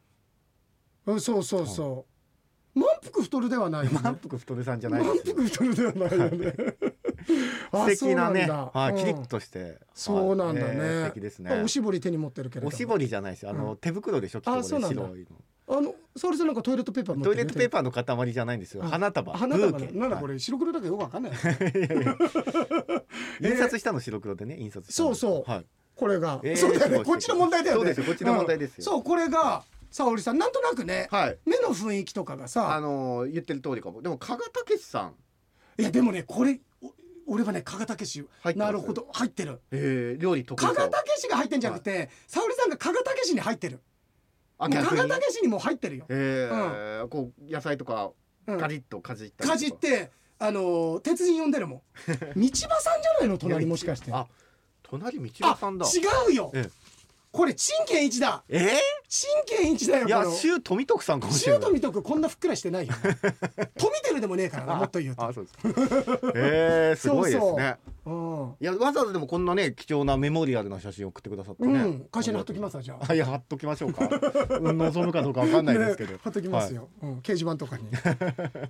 うん、そうそうそう。満腹太るではないよね。満腹太るさんじゃない満ですよ腹太るではないよね。あ素敵なねはい、キリうんッとしてそうなんだねはいえー素敵ですねあおしぼり手に持ってるけれども。おしぼりじゃないですよあの、手袋でしょきっとあこれそうなんだ白いあの、沙織さんなんかトイレットペーパー持っのてトイるレよットペーパーの塊じゃないんですよあ花束花ブ束ーなケなんだこれ、れ白黒だけどよくわ かんない。はい印刷したの白黒でね印刷したそのうそうはい、これが、えーそうだよすね。ごいこっちの問題だよね。そうですよこっちの問題ですようんそうこれが沙織さんなんとなくね、はい、目の雰囲気とかがさ、あのー言ってる通りかもでも加賀武さんいやでもねこれお俺はね加賀武史入ってまなするほど入ってるえー、料理得意加そう賀武史が入ってんじゃなくて沙織さんが加賀武史に入ってるもあう加逆に賀武史にもう入ってるよ、えーこう野菜とかうんガリッとかじったりとかじってあのー鉄人呼んで るもん道場さんじゃないの隣もしかしてあ隣道あ場さんだ違うよ、ええこれ陳建一だえー陳建一だよいこやの周富徳さんかもしれ周ない富徳こんなふっくらして ないよ富てるでもねえからなもっと言うとあそうですかえー、すごいですねそうそううんいやわざわざでもこんなね貴重なメモリアルな写真送ってくださってね、うん会社に貼っときますわじゃああ いや貼っときましょうかうん望むかどうかわかんないですけど、ね貼っときますはいよ、うん、掲示板と かに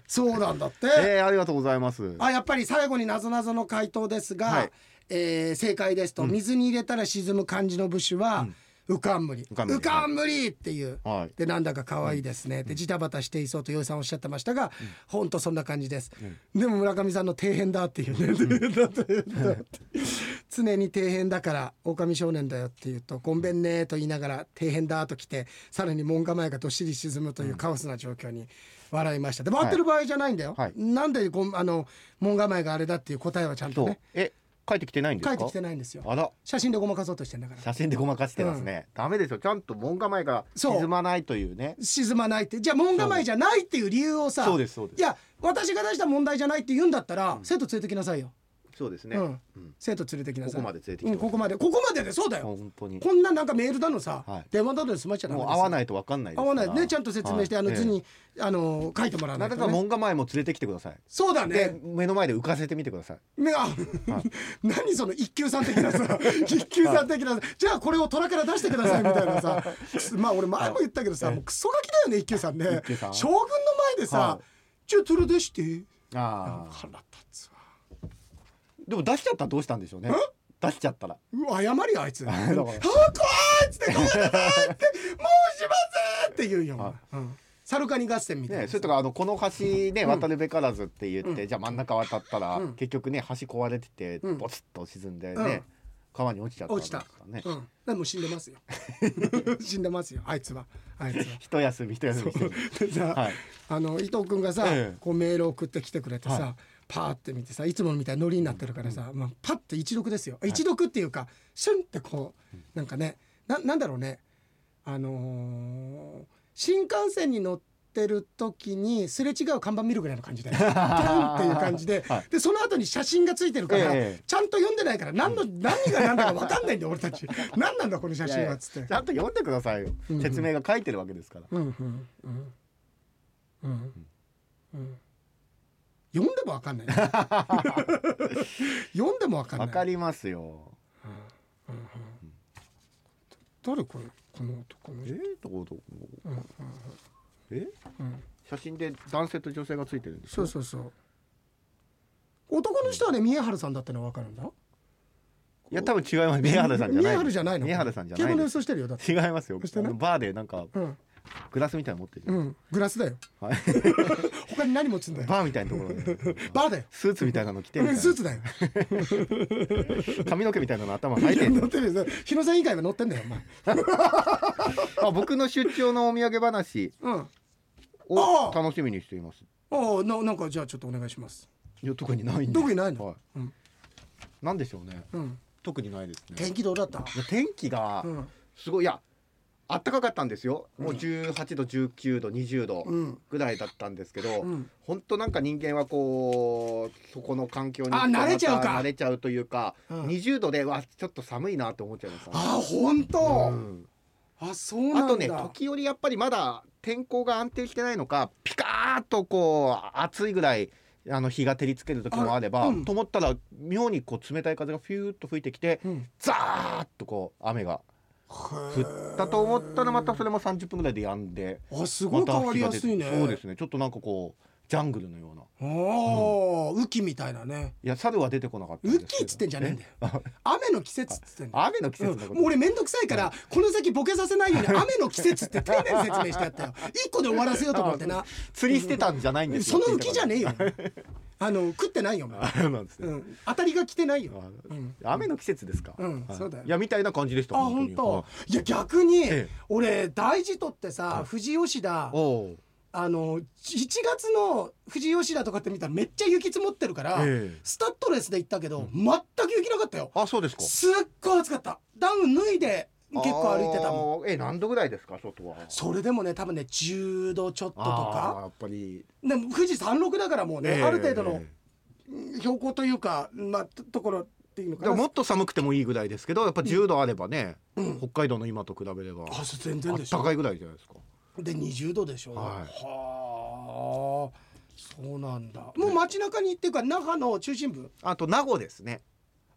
そうなんだって、えー、ありがとうございますあやっぱり最後になぞなぞの回答ですが、はいえー正解ですと、水に入れたら沈む漢字の部首は、浮かんむり浮かんむり浮かんむりっていう、はいでなんだか可愛いですね、でジタバタしていそうとよいさんおっしゃってましたが、ほんとそんな感じです、でも村上さんの底辺だっていうね、底辺 だって常に底辺だから狼少年だよっていうと「ごんべんね」と言いながら底辺だと来てさらに門構えがどっしり沈むというカオスな状況に笑いましたでも合ってる場合じゃないんだよ、はいなんでごんあの門構えがあれだっていう答えはちゃんとそうねえ帰ってきてないんです帰かってきてないんですよあら写真でごまかそうとしてんだから写真でごまかしてますね、ダメですよちゃんと門構えがそう沈まないというね沈まないってじゃあ門構えじゃないっていう理由をさそうですそうですいや私が出した問題じゃないって言うんだったら、生徒連れてきなさいよ、そうですね、ううんん生徒連れてきなさいここまで連れてきうてん、ここまでここまででそうだよ本当にこんななんかメールだのさ、はい電話だので済まっちゃダメもうです合わないいとわかんないです合からわないねちゃんと説明して、はいあの図えに、あの書いてもらわえなないんと、だかね、門構えも連れてきてくださいそうだでね目の前で浮かせてみてください目が、 何その一級さん的なさ一級さん的なさじゃあこれを虎から出してくださいみたいな さまあ俺前も言ったけどさ、もうクソガキだよね一級さんね一級さん将軍の前でさ、はいじゃあ連れ出してああ腹立つわでも出しちゃったらどうしたんでしょうね出しちゃったらうわ謝りよあいつ「あ だから怖い!」っつって「ごめんなさい!」って「もうしません!」って言うよお前、うん、サルカニ合戦みたいな、ね、それとかあのこの橋ね渡るべからずって言って、じゃあ真ん中渡ったら、うん結局ね橋壊れててうんボツッと沈んでね、うん川に落ちちゃったんで落ちすたかね、うん、でも死んでます よ 死んでますよあいつはあいつは一休み一休みしてでるさ、はいあの伊藤君がさ、ええこうメール送ってきてくれてさ、はパーって見てさいつもみたいにノリになってるからさ、まあ、パッて一読ですよ一読っていうかシュンってこうなんかねななんだろうねあのー新幹線に乗ってる時にすれ違う看板見るぐらいの感じで キャンっていう感じで,、はいでその後に写真がついてるから、ええちゃんと読んでないから何の何が何だか分かんないんだよ俺たち何なんだこの写いや真いはっやつって。ちゃんと読んでくださいよ、うんうん説明が書いてるわけですからうんうんうんうんうん読んでもわかんない読んでもわかんなわいかりますよ誰これこの男のえー、どこどこうんうんえうん写真で男性と女性がついてるんですそうそうそう男の人はね宮原さんだってのはわかるんだいや多分違います宮原さんじゃない宮原じゃないの宮原さんじゃな競い馬ので予す想してるよだって違いますよしてないあのバーでなんかうんグラスみたいなの持ってるじゃ、うんんグラスだよはい、他に何持つんだよバーみたいなところでバーだよスーツみたいなの着てうみたいんなスーツだよ髪の毛みたいなの頭巻いてんの乗ってるよ日野さん以外は乗ってんだよお前あ僕の出張のお土産話うんあをあ楽しみにしていますおななんかじゃあちょっとお願いしますいや特にないんで特にないのはい、うんなんでしょうねうん特にないですね天気どうだったいや天気がうんすごいいや暖かかったんですよもう18度19度20度うんぐらいだったんですけど、うん本当なんか人間はこうそこの環境にあ慣れちゃうかまた慣れちゃうというか、うん20度でわちょっと寒いなって思っちゃいましたねあ本当、うんあそうなあんだとね時折やっぱりまだ天候が安定してないのかピカーッとこう暑いぐらいあの日が照りつける時もあればあうんと思ったら妙にこう冷たい風がフューッと吹いてきてうんザーッとこう雨が降ったと思ったらまたそれも30分ぐらいで止んであすごまいた変わり日がや出すていねそうですねちょっとなんかこうジャングルのようなああ、雨季みたいなねいや猿は出てこなかったん雨です季けどっつってんじゃねえんだよあ雨の季節っつってんだよ雨の季うん、節のもこうと俺めんどくさいから、この先ボケさせないように雨の季節って丁寧に説明してあっ たよ一個で終わらせようと思ってな釣りしてたんじゃないんですそよの浮きじゃねえよあの食ってないよお前、あ そうなんですねうん、当たりが来てないよあうん雨の季節ですか。うんはいそうだよいやみたいな感じでした。あ本当は。いや逆に、ええ俺大事とってさ、はい富士吉田いおう。あの1月の富士吉田とかって見たらめっちゃ雪積もってるから、ええスタッドレスで行ったけど、全く雪なかったよあそうですか。すっごい暑かったダウン脱いで結構歩いてたもんん。え何度ぐらいですか外は。それでもね多分ね10度ちょっととあーかやっぱり。でも富士山麓だからもうね、ええある程度の標高というか、まあ、とところっていうのでかもなもっと寒くてもいいぐらいですけどやっぱ10度あればね、北海道の今と比べればあそう全あ然でっしたょかいぐらいじゃないですかで20度でしょはいはあそうなんだもう街中にっていうか那覇の中心部あと名護ですね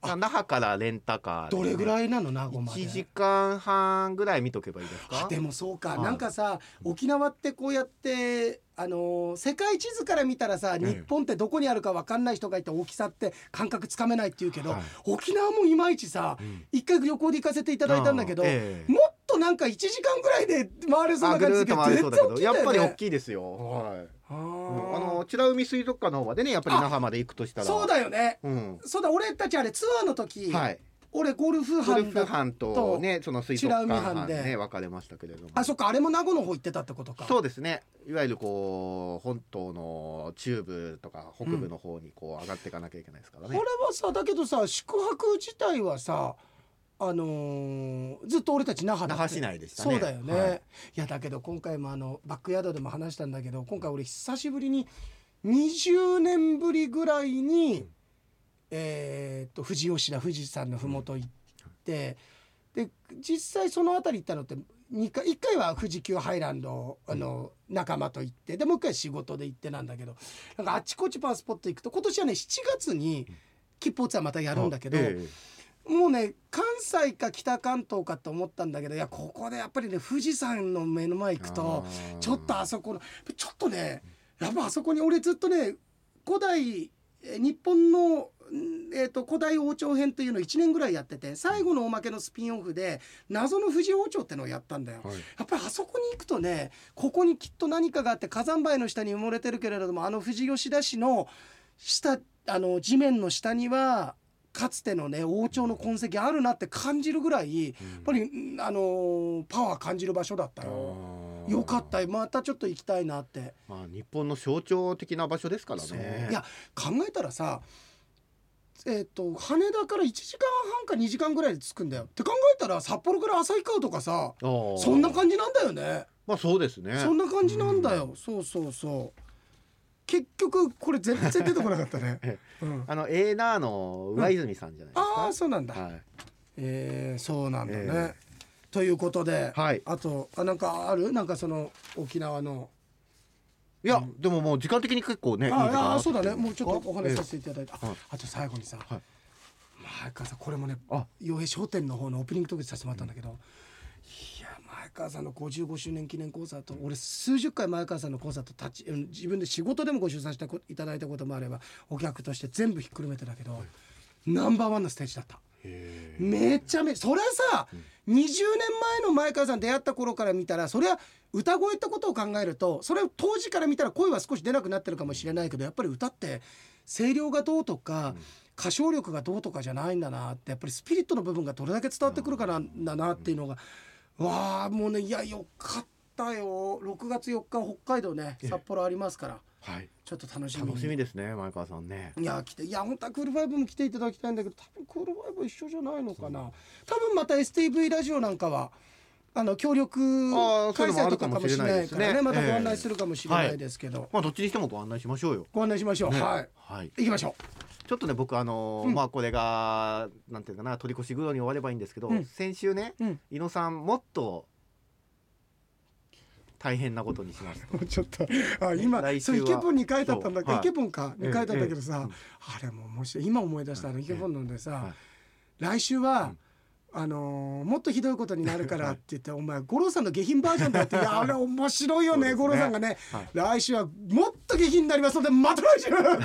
那覇からレンタカーでどれぐらいなの名護まで1時間半ぐらい見とけばいいですあかでもそうか、はいなんかさ沖縄ってこうやってあのー世界地図から見たらさええ日本ってどこにあるか分かんない人がいて大きさって感覚つかめないっていうけど、はい沖縄もいまいちさうん一回旅行で行かせていただいたんだけど、あーええもっとなんか1時間ぐらいで回れそうあなぐ感るじーっすると回れそうだけど、やっぱり大いきいですよはいあうんあのの美ら海水族館の方までねやっぱりあ那覇まで行くとしたらそうだよねうんそうだ俺たちあれツアーの時、はい俺ゴルフゴル班フだ班とねその水族館班美班でね分かれましたけれどもあそっかあれも名護の方行ってたってことかそうですねいわゆるこう本島の中部とか北部の方にこう上がっていかなきゃいけないですからこねれ、はさだけどさ宿泊自体はさあのーずっと俺たち那覇だっ那た覇市内でしたねそうだよね、はいい、やだけど今回もあのバックヤードでも話したんだけど今回俺久しぶりに20年ぶりぐらいに、えーっと富士吉田富士山の麓行って、で実際その辺り行ったのって2回1回は富士急ハイランドあの仲間と行ってでもう1回仕事で行ってなんだけどなんかあちこちパワースポット行くと今年はね7月に吉報ツアーまたやるんだけど。ええもうね関西か北関東かと思ったんだけどいやここでやっぱりね富士山の目の前行くとあーちょっとあそこのちょっとねやっぱあそこに俺ずっとね古代え日本の、んえー、と古代王朝編というのを1年ぐらいやってて最後のおまけのスピンオフで謎の富士王朝ってのをやったんだよ。はいやっぱりあそこに行くとねここにきっと何かがあって火山灰の下に埋もれてるけれどもあの富士吉田市の下あの地面の下にはかつてのね王朝の痕跡あるなって感じるぐらいやっぱり、んあのーパワー感じる場所だったよ。あーよかったよまたちょっと行きたいなって。まあ日本の象徴的な場所ですからねそういや考えたらさえっと羽田から1時間半か2時間ぐらいで着くんだよって考えたら札幌から旭川とかさあーそんな感じなんだよね。まあそうですね。そんな感じなんだよ。そうそうそう。結局これ全然出てこなかったね えうん、あのエーナーの上泉さんじゃないですあかあ、そうなんだ。はいええそうなんだね。ええということで、はいあとあなんかあるなんかその沖縄のいやでももう時間的に結構ねいいかなああてそうだねもうちょっとお話しさえせていただいて、はあいあと最後にさ、はい前川さんこれもねえあ洋平商店の方のオープニングトークでさせてもらったんだけど、いや前川さんの55周年記念コンサート俺数十回前川さんのコンサート立ちうん自分で仕事でもご出産していただいたこともあればお客として全部ひっくるめてだけど、ナンバーワンのステージだった。へえめちゃめちゃそれさ、20年前の前川さん出会った頃から見たらそれは歌声ってことを考えるとそれを当時から見たら声は少し出なくなってるかもしれないけどやっぱり歌って声量がどうとか、歌唱力がどうとかじゃないんだなってやっぱりスピリットの部分がどれだけ伝わってくるかなんだなっていうのが、わあもうねいやよかったよ6月4日北海道ね札幌ありますからはいちょっと楽しみに楽しみですね前川さんねいや来ていや本当はクールファイブも来ていただきたいんだけど多分クールファイブは一緒じゃないのかな多分また STV ラジオなんかはあの協力あーそ開ういうのもあ催るとかかかもしもれしなれいなでいすねからねまたええご案内するかもしれなはいいですけど、まあどっちにしてもご案内しましょうよご案内しましょう、ねはいはい行きましょちょっとね僕あのーまあこれがなんていうかな取り越し苦労に終わればいいんですけど、うん先週ね、うん井野さんもっと大変なことにしますとう もうちょっとあ今来週そうはイケポンに書いてあったんだけどそうはイいケポンかに書いてあったけどええさ、あれも面白い今思い出したあのイケポンなんでさ、はい来週は、あのーもっとひどいことになるからって言って、お前五郎さんの下品バージョン だよっていやあれ面白いよねそうですね五郎さんがね、はい来週はもっと下品になりますのでまた来週うわ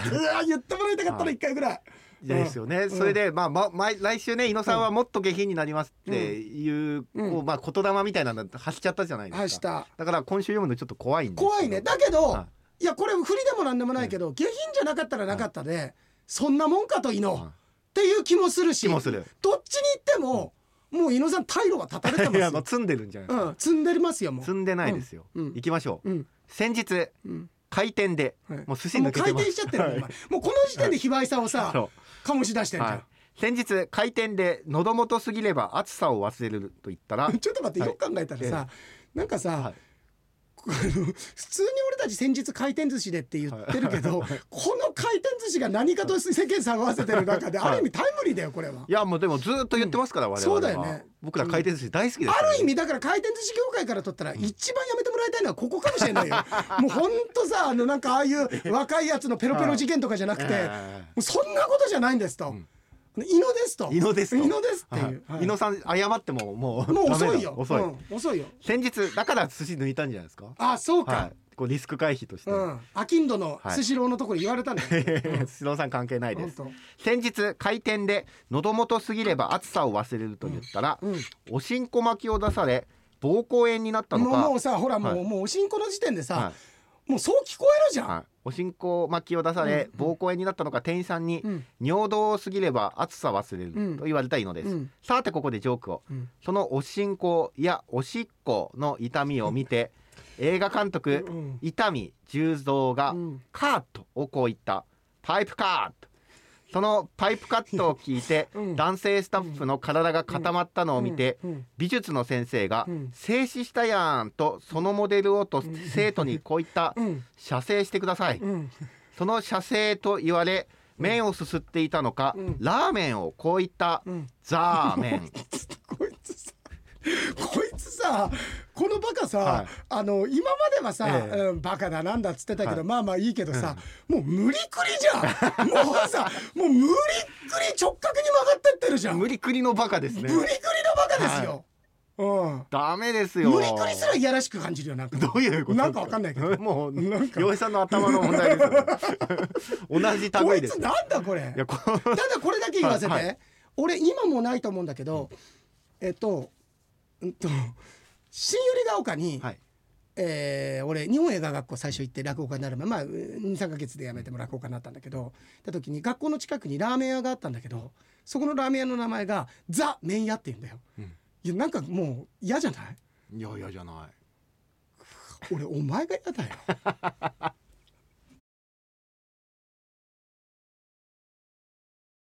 言ってもらいたかったはない一回ぐらい。いやですよね、それで、まあま毎来週ね井野さんはもっと下品になりますっていう,、うんこうまあ、言霊みたいなの発しちゃったじゃないですか発しただから今週読むのちょっと怖いんですけど怖いねだけど、、はいやこれ不利でもなんでもないけど、下品じゃなかったらなかったで、そんなもんかと井野、はいっていう気もするし気もするどっちに行っても、もう井野さん退路は立たれてます いやもうよ、積んでるんじゃないですか、うん、積んでますよもう積。んでないですよ、うんうん行きましょう、うん先日うん回転で、はいもう寿司抜けもてう回ます転しちゃってるね、お前はいもうこの時点で卑猥さをさ、そう醸し出してるじゃん、はい、先日開店で喉元すぎれば暑さを忘れると言った らちょっと待って、はいよく考えたらさ、なんかさ、はいこあの普通に俺たち先日回転寿司でって言ってるけど、この回転寿司が何かと世間騒がせてる中で、はいある意味タイムリーだよこれは。いやもうでもずっと言ってますから、我々そはうだよね僕ら回転寿司大好きです、ある意味だから回転寿司業界から取ったら一番やめてもらいたいのはここかもしれない よもうほんとさあのなんかああいう若いやつのペロペロ事件とかじゃなくて、はいもうそんなことじゃないんですと、井野ですと井野ですと井野ですっていはうい、はい井野さん謝ってももうもうダメだ遅いよ遅い、うん、遅いよ先日だから寿司抜いたんじゃないですかあそうか、はいこうリスク回避として、 うん、アキンドのはいスシローのところに言われた んだよ、寿司郎さん関係ないです本先日開店で喉元すぎれば暑さを忘れると言ったら、うんうんおしんこ巻きを出され膀胱炎になったのもうかもうさほらもう,、はいもうおしんこの時点でさ、はいもうそう聞こえるじゃん、はい、おしんこ巻きを出され、うん膀胱炎になったのか店員さんに、うん尿道を過ぎれば暑さ忘れる、うんと言われたいのです、うんさてここでジョークをうんそのおしんこやおしっこの痛みを見て映画監督うん痛み重蔵がうん「カート」をこう言った「パイプカート」そのパイプカットを聞いて、 うん男性スタッフの体が固まったのを見て、うんうん美術の先生がうん「静止したやん」とそのモデルをと生徒にこう言ったうん「写生してください」うんその写生と言われ麺をすすっていたのか、うんラーメンをこう言った「うん ザーメン」こいつさこいつさこのバカさ、はいあの今まではさ、ええうん、バカだなんだっつってたけど、はいまあまあいいけどさ、もう無理くりじゃんもうさもう無理くり直角に曲がってってるじゃん無理 無理くりのバカですくねりのバカですよ、ダメですうよん無理くりすらいやらしく感じるよなんかどういうことなんかわかんないけど もうなんか洋平さんの頭の問 題ですよ同じこ類いでつすなんだこれいや こただこれだけ言わせて、はいは俺今もうないと思うんだけど、えっとうんと新百合ヶ丘に、はいえー俺日本映画学校最初行って落語家になる前まあ23ヶ月で辞めても落語家になったんだけどた時に学校の近くにラーメン屋があったんだけどそこのラーメン屋の名前がザ・麺屋って言うんだよ、うんいやなんかもう嫌じゃないいやいやじゃない俺お前が嫌だよ